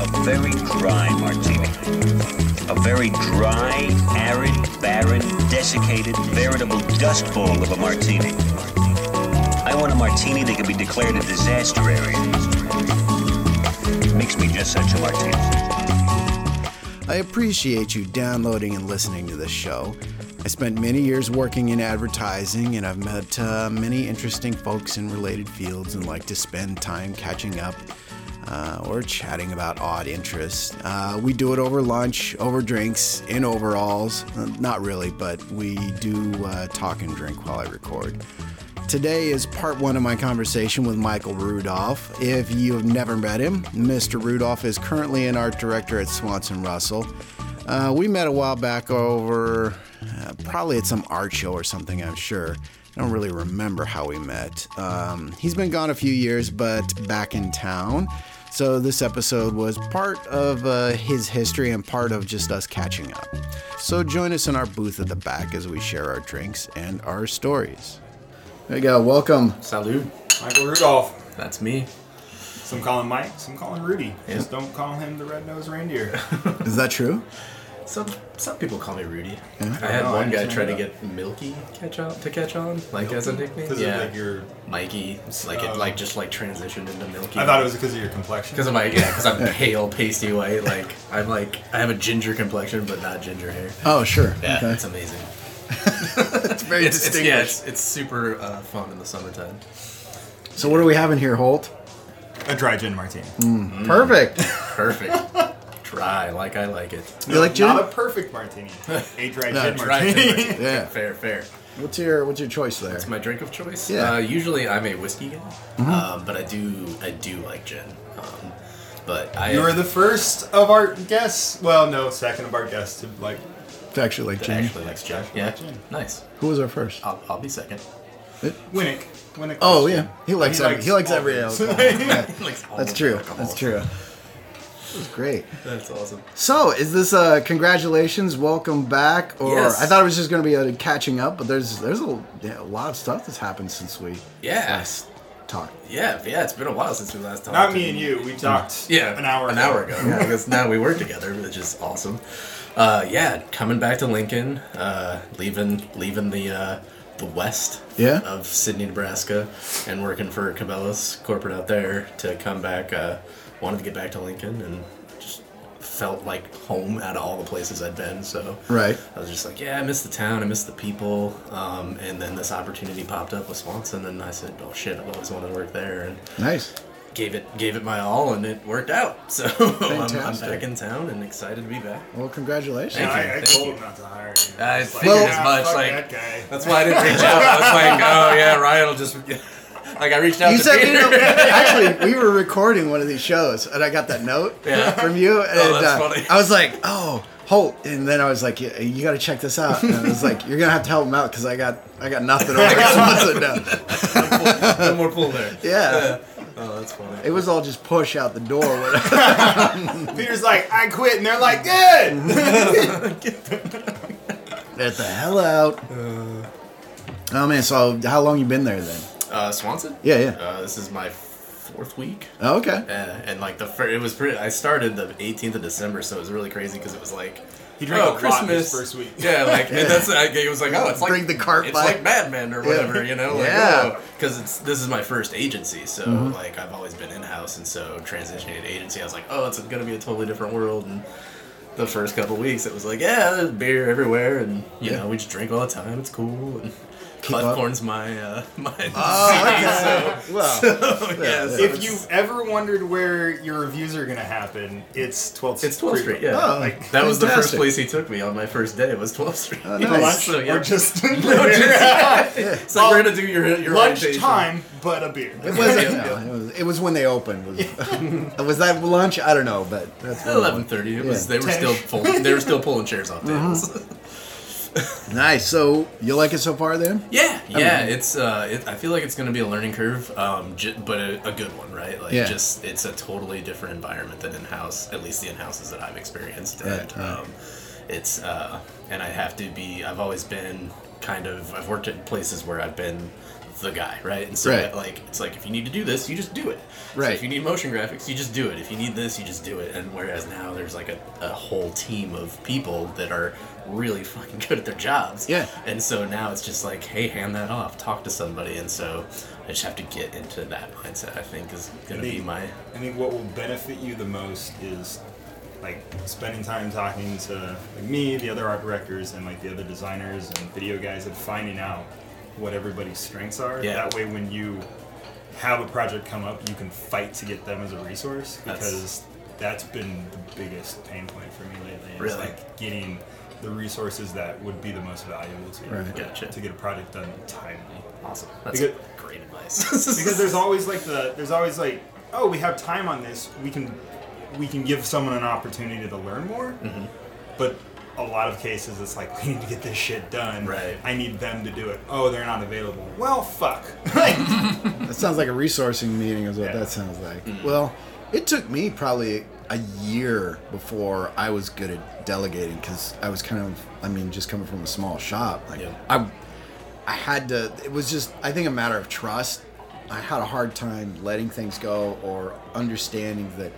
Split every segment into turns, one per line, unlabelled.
A very dry martini. A very dry, arid, barren, desiccated, veritable dust bowl of a martini. I want a martini that can be declared a disaster area. Makes me just such a martini.
I appreciate you downloading and listening to this show. I spent many years working in advertising and I've met uh, many interesting folks in related fields and like to spend time catching up uh, or chatting about odd interests. Uh, we do it over lunch, over drinks, in overalls. Uh, not really, but we do uh, talk and drink while I record. Today is part one of my conversation with Michael Rudolph. If you have never met him, Mr. Rudolph is currently an art director at Swanson Russell. Uh, we met a while back over, uh, probably at some art show or something, I'm sure. I don't really remember how we met. Um, he's been gone a few years, but back in town. So this episode was part of uh, his history and part of just us catching up. So join us in our booth at the back as we share our drinks and our stories. There you go. Welcome.
Salud.
Michael Rudolph.
That's me.
Some call him Mike, some call him Rudy. Just don't call him the red-nosed reindeer.
Is that true?
Some some people call me Rudy. I had
No, I
one guy
understand
try to
that.
get Milky catch on to catch on, like as a nickname.
Because
Yeah,
of like your,
Mikey. It's like it
Oh.
like just like transitioned into Milky.
I thought it was because of your complexion.
because I'm like yeah, because I'm pale, pasty white. Like I'm like I have a ginger complexion, but not ginger hair.
Oh, sure.
Yeah,
Okay.
it's amazing.
It's very
It's, it's yeah, it's, it's super uh, fun in the summertime.
So what are we having here, Holt?
a dry gin martini.
Mm. Perfect.
Perfect. Dry, like I like it.
You like gin?
Not a perfect martini. A dry
No,
gin
Dry.
martini.
Yeah.
Fair, fair.
What's your What's your choice there?
It's my drink of choice.
Yeah. Mm-hmm.
Uh, usually I'm a whiskey guy, um, but I do I do like gin. Um, but I
You were the first of our guests. Well, no, second of our guests to like.
It's actually Oh, like
that
gin.
actually likes gin.
Actually
Yeah,
like gin.
nice.
Who was our first?
I'll, I'll be second.
Winnick. Winnick.
Oh
was
yeah,
gin.
he likes every, he likes every
all
alcohol.
things.
Yeah.
Likes all
That's
of
true.
alcohol.
That's true. That was great.
That's awesome.
So, is this uh congratulations, welcome back, or
Yes.
I thought it was just going to be a catching up, but there's there's a, yeah, a lot of stuff that's happened since we
Yeah,
talked.
yeah, yeah. It's been a while since we last talked.
Not me and you. We talked.
Yeah,
An hour.
an hour ago. Because now we work together, which is awesome. Uh, yeah, coming back to Lincoln, uh, leaving leaving the uh, the west
Yeah.
of Sydney, Nebraska, and working for Cabela's corporate out there to come back. Uh, wanted to get back to Lincoln and just felt like home out of all the places I'd been. So
Right.
I was just like, yeah, I miss the town, I miss the people, um, and then this opportunity popped up with Swanson, and I said, oh shit, I've always wanted to work there, and
Nice.
gave it gave it my all and it worked out. So I'm, I'm
Fantastic.
back in town and excited to be back.
Well, congratulations.
Thank you.
I, I
Thank
told
you.
him not to hire you.
I
It's
figured
as
"Ah,
much,
fuck
like-
that guy.
That's why I didn't reach out. I was like, oh yeah, Ryan will just like I reached out
You
to
said
Peter.
you know, actually we were recording one of these shows, and I got that note
Yeah. Oh,
from you, and
that's
uh,
funny.
I was like, "Oh, Holt," and then I was like, "You, you got to check this out." And I was like, "You're gonna have to help him out because I got I got nothing over here." So no.
no more pool there.
Yeah,
Oh, that's funny.
it was all just push out the door. when-
Peter's like, I quit, and they're like, good.
Get the hell out. Oh man, so how long you been there then?
Uh, Swanson.
Yeah, yeah.
Uh, this is my fourth week.
Oh, okay.
Uh, and like the first, it was pretty. I started the 18th of December, so it was really crazy because it was like.
He drank
oh,
a lot this
Christmas
first week.
Yeah, like and that's I, it was like oh, it's like
Bring the cart
it's
by.
like Mad Men or whatever, you know? Like,
Yeah. Mm-hmm.
Because it's this is my first agency, so like I've always been in house, and so transitioning to agency, I was like, oh, it's gonna be a totally different world. And the first couple weeks, it was like, yeah, there's beer everywhere, and you know, we just drink all the time. It's cool. And
up. Ah,
Buttcorn's my uh, my CD,
Oh, Well,
so, so yeah. so
If
it's-
you've ever wondered where your reviews are gonna happen, it's 12th.
It's 12th Street, yeah.
Oh,
like, that was the first
fantastic.
place he took me on my first day. Was 12th Street.
Oh, nice.
Lunch
So, yeah.
or just
No, just- it's like we're gonna do your your
lunch
orientation.
time, but a beer.
It wasn't.
Yeah,
no,
yeah.
It, was, it was when they opened. Was, was that lunch? I don't know, but that's when it was.
Eleven thirty. It was.
Yeah.
They were still pulling. They were still pulling chairs off tables.
Nice. So you like it so far, then?
Yeah, yeah. It's uh, it, I feel like it's gonna be a learning curve, um, j- but a, a good one, right? Like,
Yeah.
just it's a totally different environment than in house. At least the in houses that I've experienced, and
Right, right.
um, it's uh, and I have to be. I've always been kind of. I've worked at places where I've been the guy, right? And so
Right.
like it's like if you need to do this, you just do it. So
Right.
if you need motion graphics, you just do it. If you need this, you just do it. And whereas now there's like a, a whole team of people that are really fucking good at their jobs.
Yeah.
And so now it's just like, hey, hand that off, talk to somebody. And so I just have to get into that mindset, I think, is going to be my.
I think what will benefit you the most is like spending time talking to like me, the other art directors, and like the other designers and video guys, and finding out what everybody's strengths are.
Yeah.
That way, when you have a project come up, you can fight to get them as a resource
That's-
because that's been the biggest pain point for me lately. It's
Really?
like getting the resources that would be the most valuable to you
Right.
for-
Gotcha.
to get a project done timely
Awesome. That's
Because-
great advice.
because there's always like the there's always like oh we have time on this we can we can give someone an opportunity to learn more
Mm-hmm.
but a lot of cases it's like we need to get this shit done
Right.
i need them to do it oh they're not available well fuck Like,
That sounds like a resourcing meeting, is what
Yeah.
that sounds like. Well, it took me probably a year before I was good at delegating because I was kind of, I mean, just coming from a small shop. Like,
Yeah.
I, I had to. It was just, I think, a matter of trust. I had a hard time letting things go or understanding that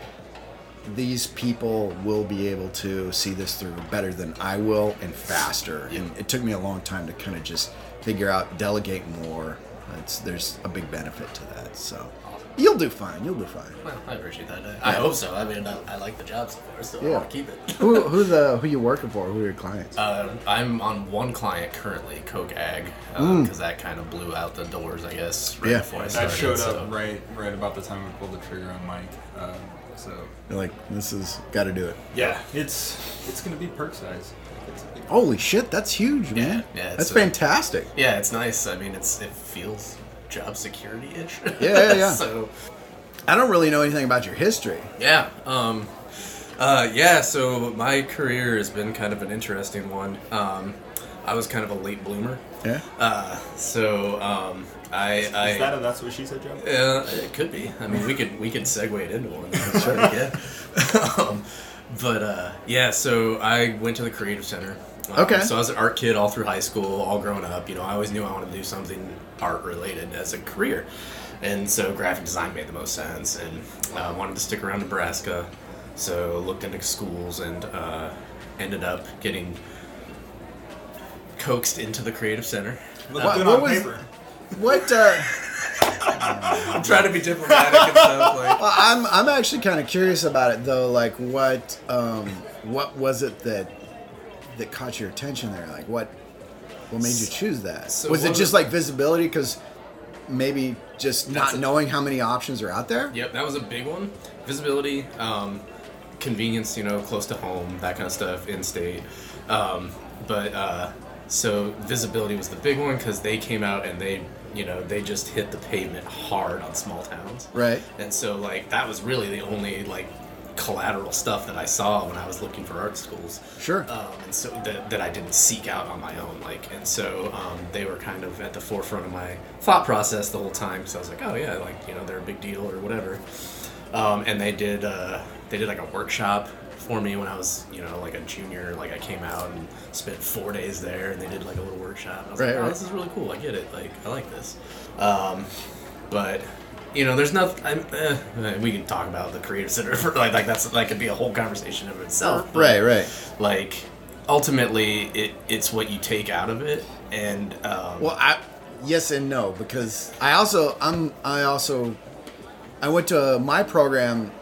these people will be able to see this through better than I will and faster. And it took me a long time to kind of just figure out delegate more. It's, there's a big benefit to that. So you'll do fine. You'll do fine.
Well, I appreciate that. I, I hope so. I mean, I, I like the job so far, so
Yeah.
I'll keep it.
who who the who you working for? Who are your clients?
Uh, I'm on one client currently, Coke Ag, because that kind of blew out the doors, I guess, right
Yeah.
before I
that
started.
showed
so-
up right right about the time we pulled the trigger on mike um, so
You're like this is got to do it.
yeah it's it's gonna be perk size it's a big
Holy shit, that's huge, man.
yeah, it's
that's
a-
fantastic.
Yeah, it's nice. I mean, it's it feels job security ish.
yeah, yeah.
so
I don't really know anything about your history.
yeah, um, uh, yeah. So my career has been kind of an interesting one. Um, I was kind of a late bloomer.
Yeah.
Uh, so um, I, I
is that a that's what she said joe
uh, it could be. I mean, we could we could segue it into one. sure. Yeah. um, but uh, yeah, so I went to the creative center. Um,
Okay.
So I was an art kid all through high school, all growing up. You know, I always knew I wanted to do something art related as a career, and so graphic design made the most sense. And I uh, wanted to stick around Nebraska, so looked into schools and uh, ended up getting coaxed into the creative center.
Look
What-
good
what
on
was-
paper.
What? Uh,
I'm trying to be diplomatic and stuff like.
Well, I'm I'm actually kind of curious about it though. Like, what um, what was it that that caught your attention there? Like, what what made you choose that?
So
was
one
it
of
just
the-
like visibility? Because maybe just not
That's a-
knowing how many options are out there.
Yep, that was a big one. Visibility, um, convenience, you know, close to home, that kind of stuff, in state. Um, but uh, so visibility was the big one because they came out and they, you know, they just hit the pavement hard on small towns.
Right.
And so like that was really the only like collateral stuff that I saw when I was looking for art schools
Sure.
um, and so that, that I didn't seek out on my own. Like, and so um, they were kind of at the forefront of my thought process the whole time. So I was like, oh yeah, like you know they're a big deal or whatever. Um, and they did uh, they did like a workshop for me when I was you know like a junior. Like I came out and spent four days there, and they did like a little workshop. I was
Right,
like, oh,
right.
this is really cool. I get it. Like I like this. Um, but you know, there's nothing. I'm, eh, we can talk about the creative center for like, like that's that could be a whole conversation of itself. but-
Right. Right.
like ultimately it it's what you take out of it and um,
Well, I yes and no because I also I'm I also I went to my program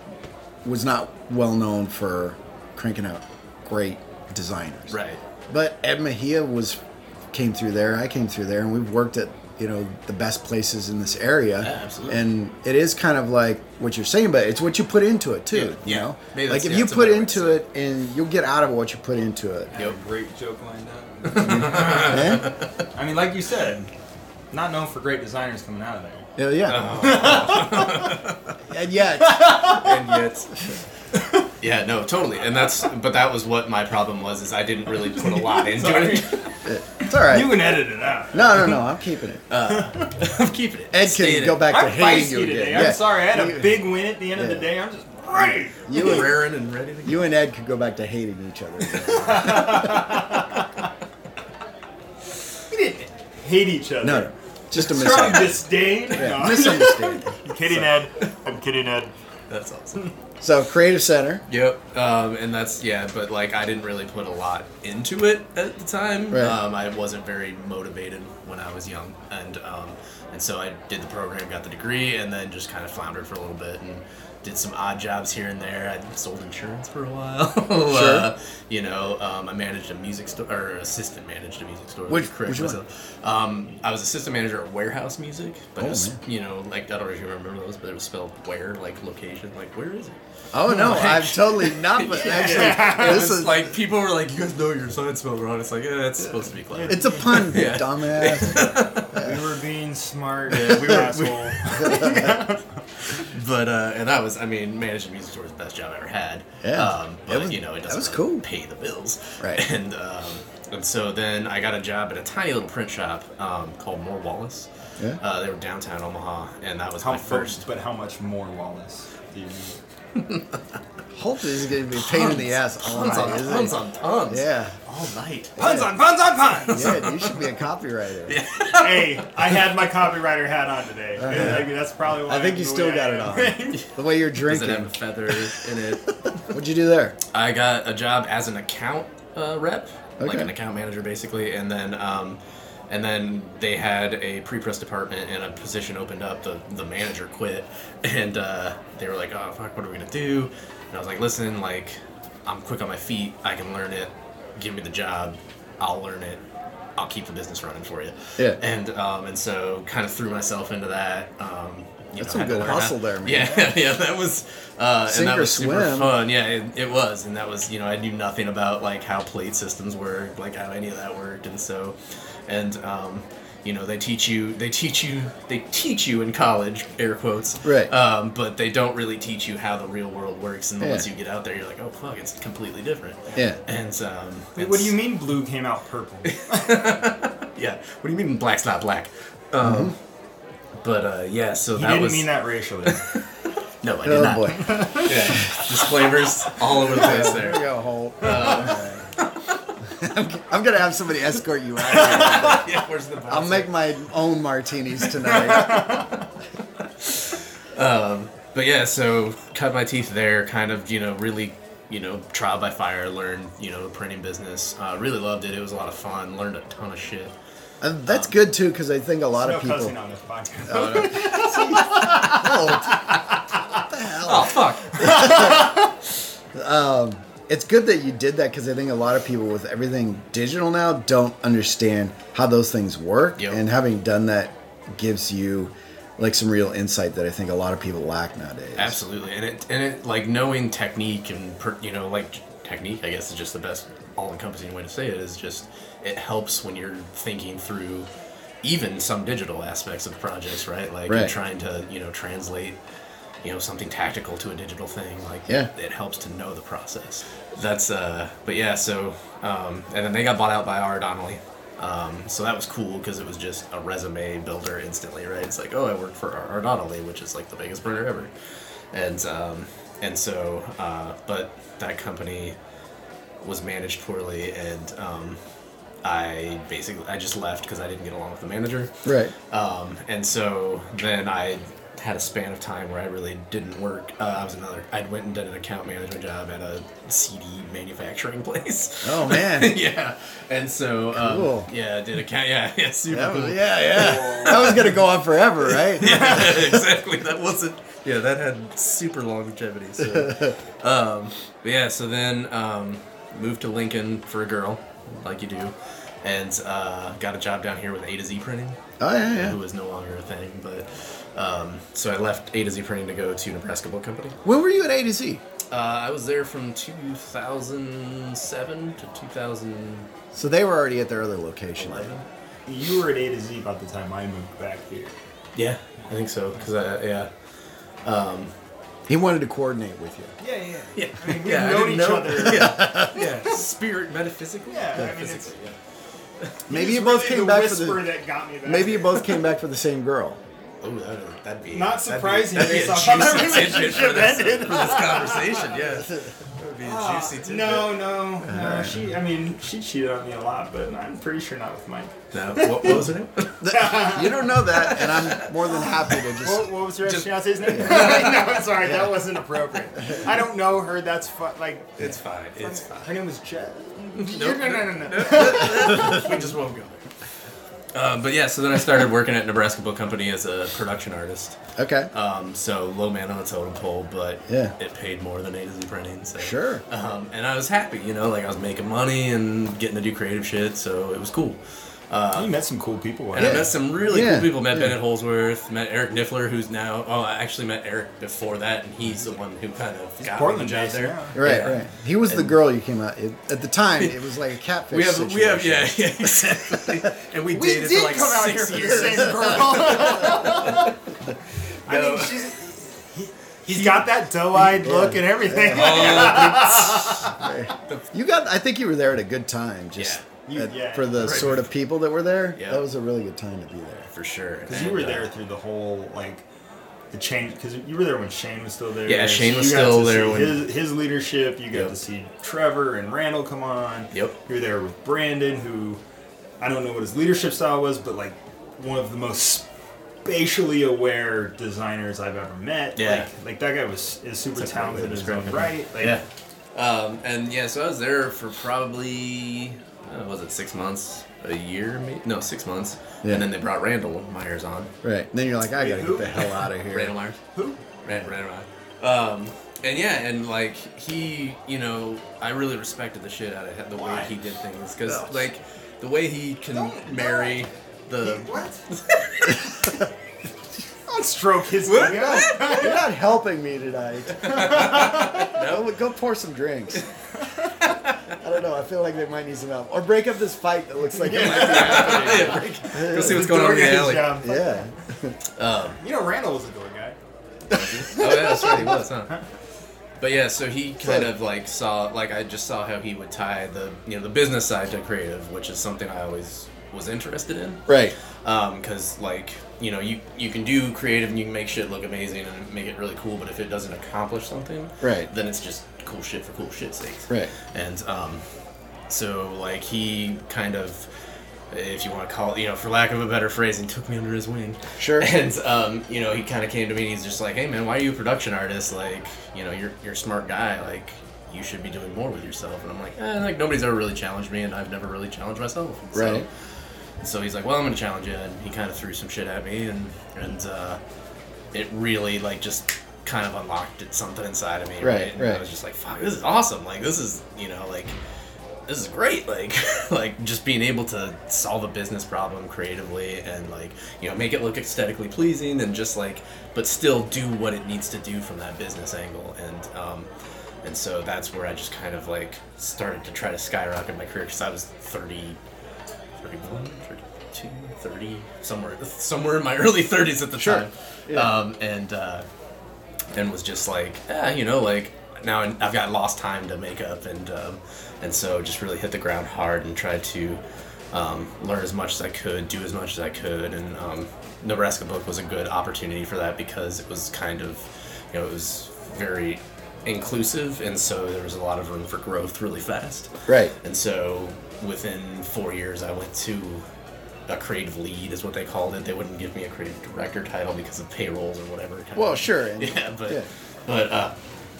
was not well known for cranking out great designers.
right
But Ed Mejia was came through there. I came through there, and we've worked at you know the best places in this area.
Yeah, absolutely.
And it is kind of like what you're saying, but it's what you put into it too.
Yeah,
You
yeah.
know,
Maybe
like
that's-
if
yeah,
you
that's a
put
better way to
into
say
it, and you'll get out of what you put into it.
Yep.
great joke lined up
Eh?
I mean, like you said, not known for great designers coming out of there. Uh,
Yeah. yeah. and yet,
and yet yeah no totally and that's but that was what my problem was is i didn't really put a lot into it
It's all right.
You Uh, can edit it out.
no, no, no. I'm keeping it.
I'm keeping it.
Ed
Staying
can
in
go
it.
back to
I'm
hating
feisty
you
today.
again.
I'm
Yeah.
sorry. I had
You-
a big win at the end of the
Yeah.
day. I'm just ready.
You and,
raring and ready to go.
you and Ed could go back to hating each other.
We didn't hate each other.
No, no. Just a
Strong
misunderstanding.
disdain.
Yeah,
No.
misunderstanding.
I'm kidding, Ed. I'm kidding, Ed.
That's awesome.
So, Creative Center.
Yep. Um, and that's yeah, but like I didn't really put a lot into it at the time.
Right.
Um, I wasn't very motivated when I was young, and um, and so I did the program, got the degree, and then just kind of floundered for a little bit and did some odd jobs here and there. I sold insurance for a while. uh, you know, um, I managed a music store or assistant managed a music store.
Which-
correct
which one?
myself. Um, I was assistant manager at Warehouse Music, but
Oh,
it was,
man.
you know, like I don't know if you remember those, but it was spelled where, like location, like where is it?
Oh, no.
Right.
I've totally not. But actually, this
It's
is.
like people were like, "You guys know your sign spelled wrong." It's like, eh, that's supposed to be clever.
It's a pun,
Yeah.
dumbass.
We were being smart.
Yeah,
we were
But uh, and that was, I mean, managing music store was the best job I ever had.
Yeah.
Um,
That
but
was-
you know, it
that
doesn't
was
really
cool.
pay the bills.
Right.
And um, and so then I got a job at a tiny little print shop um, called Moore Wallace.
Yeah.
Uh, they were downtown Omaha, and that was
How
my
first,
first.
but how much more Wallace? Do you
Hope this is going to be a pain in the ass all
Tons on
night, isn't
tons
it?
on tons.
Yeah.
All night.
Puns on puns on puns.
Yeah, you should be a copywriter.
hey, I had my copywriter hat on today. Yeah, like, that's probably why.
Uh, I think you
the
still
way
got
I
it on.
am.
The way you're
Does it have
drinking.
a feather in it?
What'd you do there?
I got a job as an account uh, rep, like
Okay.
an account manager basically, and then um, and then they had a pre-press department and a position opened up. The the manager quit, and uh, they were like, "Oh fuck, what are we gonna do?" And I was like, "Listen, like, I'm quick on my feet. I can learn it. Give me the job. I'll learn it. I'll keep the business running for you."
Yeah.
And um, and so kind of threw myself into that. Um, you
That's some
know, had to
good
learn how-
hustle there, man.
Yeah, yeah, that was uh,
Sink
and that
or
was super
swim.
fun fun. Yeah, it, it was, and that was you know I knew nothing about like how plate systems work, like how any of that worked, and so, and um, you know they teach you they teach you they teach you in college air quotes
Right.
um, but they don't really teach you how the real world works, and
Yeah.
once you get out there, you're like oh fuck, it's completely different.
Yeah.
And um,
Wait, what do
it's-
you mean blue came out purple?
Yeah. What do you mean black's not black? Um,
Mm-hmm.
But uh, yeah, so
He
that
didn't
was
mean that racially.
no, I did
Oh
not.
boy. There
Yeah. Disclaimers all over the place
we
there.
go, Holt.
Uh,
I'm, g- I'm gonna have somebody escort you out. Here.
yeah, where's the
I'll
bouncer?
make my own martinis tonight.
But yeah, so cut my teeth there, kind of, you know, really, you know, trial by fire, learned, you know, the printing business. Uh, really loved it. It was a lot of fun. Learned a ton of shit.
And Uh, that's good too, because I think a lot
no
of people.
cussing on this podcast.
Oh, fuck.
It's good that you did that because I think a lot of people with everything digital now don't understand how those things work,
Yep.
and having done that gives you like some real insight that I think a lot of people lack nowadays.
Absolutely. And it, and it, like, knowing technique and, per, you know, like, technique, I guess, is just the best all encompassing way to say it is just, it helps when you're thinking through even some digital aspects of projects, right? Like, you're
Right.
trying to, you know, translate. You know something tactical to a digital thing, like
Yeah.
it helps to know the process. That's uh, but yeah, so um, and then they got bought out by R. Donnelly, um, so that was cool because it was just a resume builder instantly, right? It's like, oh, I worked for R. Donnelly, which is like the biggest printer ever, and um, and so uh, but that company was managed poorly, and um, I basically I just left because I didn't get along with the manager.
Right.
Uh,
Um, and so then I had a span of time where I really didn't work. Uh, I was another. I went and did an account management job at a CD manufacturing place.
Oh man.
yeah, and so um,
Cool.
yeah, I did account. Yeah, yeah, super
That
cool.
was- yeah, yeah. That was gonna go on forever, right?
yeah, exactly. That wasn't. Yeah, that had super longevity. So, um, but yeah, so then um, moved to Lincoln for a girl, like you do, and uh, got a job down here with A to Z printing,
Oh yeah,
who
yeah.
is no longer a thing. But um, so I left A to Z printing to go to Nebraska Book Company.
When were you at A to Z?
Uh, I was there from 2007 to 2011.
So they were already at their other location.
You were at A to Z by the time I moved back here.
Yeah, I think so. Cause I yeah.
He wanted to coordinate with you.
Yeah, yeah.
Yeah,
I mean, we've
I
known
didn't
each
know-
other.
Yeah, yeah. Spirit, metaphysical.
Yeah, I mean,
Metaphysical, yeah.
It's
Maybe you both
really
came
the
back for
whisper
the.
that got me back.
Maybe you both came back for the same girl.
Oh, that'd, that'd be
Not surprising
That'd be,
based off
that'd
how
be a
that
juicy tidbit for this,
relationship ended.
for this conversation. Yeah, that would be a juicy tidbit.
Ah, No, no, no. She, I mean, she cheated on me a lot, but I'm pretty sure not with Mike.
No, what, what was her name?
You don't know that, and I'm more than happy to just.
What, what was your fiance's name? no, sorry, that wasn't appropriate. I don't know her. That's fu- like
It's fine. It's fine.
her name was Jet. no, no, no, no, no.
We just won't go. Um, but yeah, so then I started working at Nebraska Book Company as a production artist.
Okay.
Um, so low man on the totem pole, but
Yeah.
it paid more than A to Z printing. So.
Sure.
Um, and I was happy, you know, like I was making money and getting to do creative shit, so it was cool.
You met some cool people.
And I met some really
Yeah,
cool people. Met
yeah.
Bennett Holsworth, met Eric Niffler, who's now. Oh, I actually met Eric before that, and he's the one who kind of got me the job
Portland-based,
there.
yeah.
Right,
Yeah.
right. He was the girl you came out. It, at the time, it was like a catfish.
We have,
situation.
we have, yeah, yeah, exactly. And we,
We
dated
did
for like
come out here
six
for the
years.
same girl. I mean, she's, he's got that doe-eyed look and everything.
Oh,
You got. I think you were there at a good time. Just
Yeah. You-
at-
yeah,
for the
right.
sort of people that were there.
Yeah.
That was a really good time to be there.
for sure.
Because you
And,
were
uh,
there through the whole like the change. Because you were there when Shane was still there.
Yeah, Shane was
You got
still
to
there
see
when-
his, his leadership. You got
Yep.
to see Trevor and Randall come on.
Yep.
You were there with Brandon, who I don't know what his leadership style was, but like one of the most spatially aware designers I've ever met.
Yeah.
Like, like that guy was is super
That's a great way
talented
to
in his
describe
own
him.
right. Like,
yeah. Um, and yeah, so I was there for probably uh, was it six months, a year, maybe? No, six months.
Yeah.
And then they brought Randall Myers on.
Right. And then you're like, I gotta get the hell out of here.
Randall Myers.
Who?
Rand, Rand, Rand. Um, and yeah, and like he, you know, I really respected the shit out of him, the
Why?
way he did things because
No.
like the way he can
Don't-
marry the.
What? Don't stroke his
What?
ego.
You're not helping me tonight. no, go pour some drinks. I don't know. I feel like they might need some help, or break up this fight that looks like it might be happening.
Go see what's going on in the alley.
Yeah.
Yeah.
You know, Randall was a door guy.
oh yeah, that's right, he was, huh? But yeah, so he kind of like saw, like I just saw how he would tie the, you know, the business side to creative, which is something I always was interested in.
Right.
Because like, you know, you you can do creative and you can make shit look amazing and make it really cool, but if it doesn't accomplish something,
Right.
then it's just cool shit for cool shit's sake.
Right.
And um, so like he kind of, if you want to call it, you know, for lack of a better phrasing, took me under his wing.
Sure.
And um, you know, he kind of came to me and he's just like, "Hey man, why are you a production artist? Like, you know, you're you're a smart guy. Like, you should be doing more with yourself." And I'm like, eh, like nobody's ever really challenged me, and I've never really challenged myself. And
Right.
So, so he's like, "Well, I'm gonna challenge you," and he kind of threw some shit at me, and and uh, it really like just kind of unlocked it, something inside of me. Right.
Right,
And
right.
I was just like, "Fuck, this is awesome! Like, this is you know like." this is great like like just being able to solve a business problem creatively and like you know make it look aesthetically pleasing and just like but still do what it needs to do from that business angle and um and so that's where i just kind of like started to try to skyrocket my career because i was 30 31 32 30 somewhere somewhere in my early 30s at the
Sure.
time
Yeah.
um and uh and was just like, ah, you know, like now I- I've got lost time to make up, and um, and so just really hit the ground hard and tried to um, learn as much as I could, do as much as I could, and um, Nebraska Book was a good opportunity for that because it was kind of, you know, it was very inclusive, and so there was a lot of room for growth really fast.
Right.
And so within four years, I went to a creative lead, is what they called it. They wouldn't give me a creative director title because of payrolls or whatever. kind of-
Well, sure, and-
yeah, but
yeah.
but uh,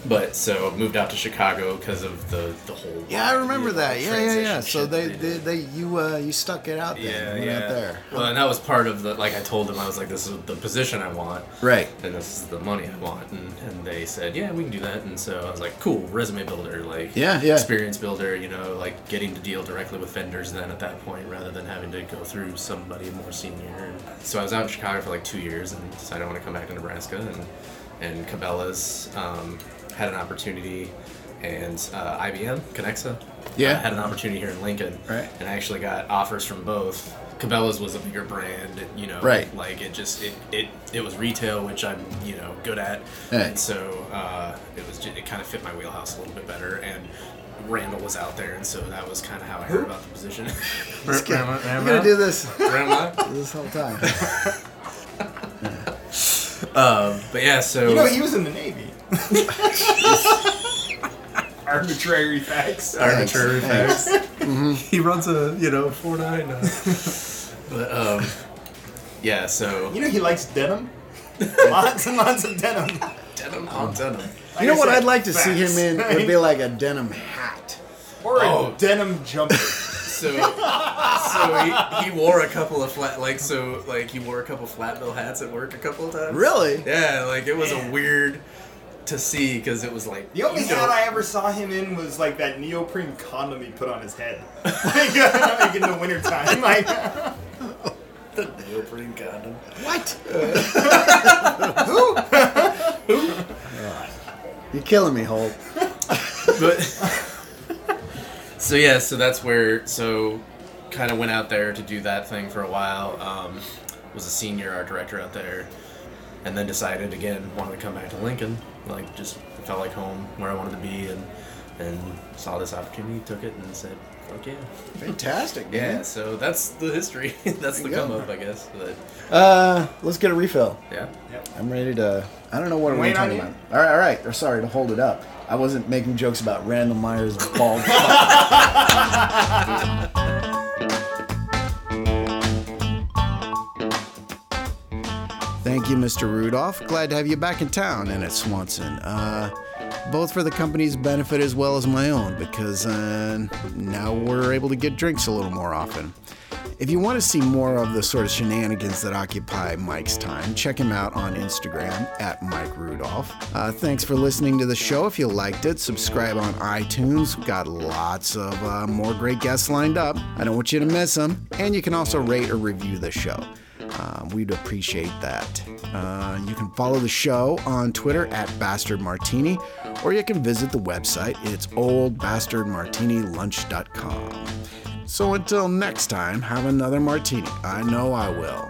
but so moved out to Chicago because of the the whole.
Yeah, I remember
the
that. Yeah, yeah, yeah.
transition
So
shit
they,
did.
they, they, you, uh, you stuck it out there.
Yeah,
and went
yeah.
out there.
Well, and that was part of the like I told them I was like, this is the position I want,
Right.
and this is the money I want, and, and they said, yeah, we can do that, and so I was like, cool, resume builder, like
Yeah, yeah.
experience builder, you know, like getting to deal directly with vendors then at that point rather than having to go through somebody more senior. And so I was out in Chicago for like two years and decided I want to come back to Nebraska and and Cabela's um, had an opportunity and uh, IBM Conexa
Yeah.
uh, had an opportunity here in Lincoln
Right.
and I actually got offers from both. Cabela's was a bigger brand, you know.
Right.
Like it just it it, it was retail, which I'm you know good at,
Yeah.
and so uh, it was ju- it kind of fit my wheelhouse a little bit better. And Randall was out there, and so that was kind of how I heard about the position.
Just kidding.
Grandma-
I'm
grandma?
gonna do this
Grandma.
this whole time.
But yeah, so
You know, he was in the Navy. Arbitrary facts.
arbitrary facts. He runs a you know four nine. Uh, but um, yeah, so
You know, he likes denim. lots and lots of denim. Like
denim on denim.
You know
I
what
said,
I'd like to see
facts.
him in would be like a denim hat.
or a
Oh.
denim jumper.
So, so he, he wore a couple of flat like so like he wore a couple flat bill hats at work a couple of times.
Really?
Yeah, like it was
Man.
a weird to see because it was like
The only
you know-
hat I ever saw him in was like that neoprene condom he put on his head, like, like in the wintertime. Like,
neoprene condom.
What? You're killing me, Holt.
But so yeah, so that's where so kind of went out there to do that thing for a while. Um, was a senior art director out there, and then decided again wanted to come back to Lincoln. Like just it felt like home, where I wanted to be, and and saw this opportunity, took it, and said, "Fuck yeah!"
Fantastic.
Yeah.
man.
So that's the history. that's the
you
come
go.
up, I guess. But
Uh, let's get a refill.
yeah.
I'm ready to. I don't know what we're
Wait
talking
on
about.
you.
All right, all right. Or sorry to hold it up. I wasn't making jokes about Randall Myers bald. Thank you, Mr. Rudolph. Glad to have you back in town and at Swanson. Uh, both for the company's benefit as well as my own, because uh, now we're able to get drinks a little more often. If you want to see more of the sort of shenanigans that occupy Mike's time, check him out on Instagram at Mike Rudolph. Uh, thanks for listening to the show. If you liked it, subscribe on iTunes. We've got lots of uh, more great guests lined up. I don't want you to miss them. And you can also rate or review the show. Uh, we'd appreciate that. Uh, you can follow the show on Twitter at Bastard Martini, or you can visit the website. It's oldbastardmartinilunch.com. So until next time, have another martini. I know I will.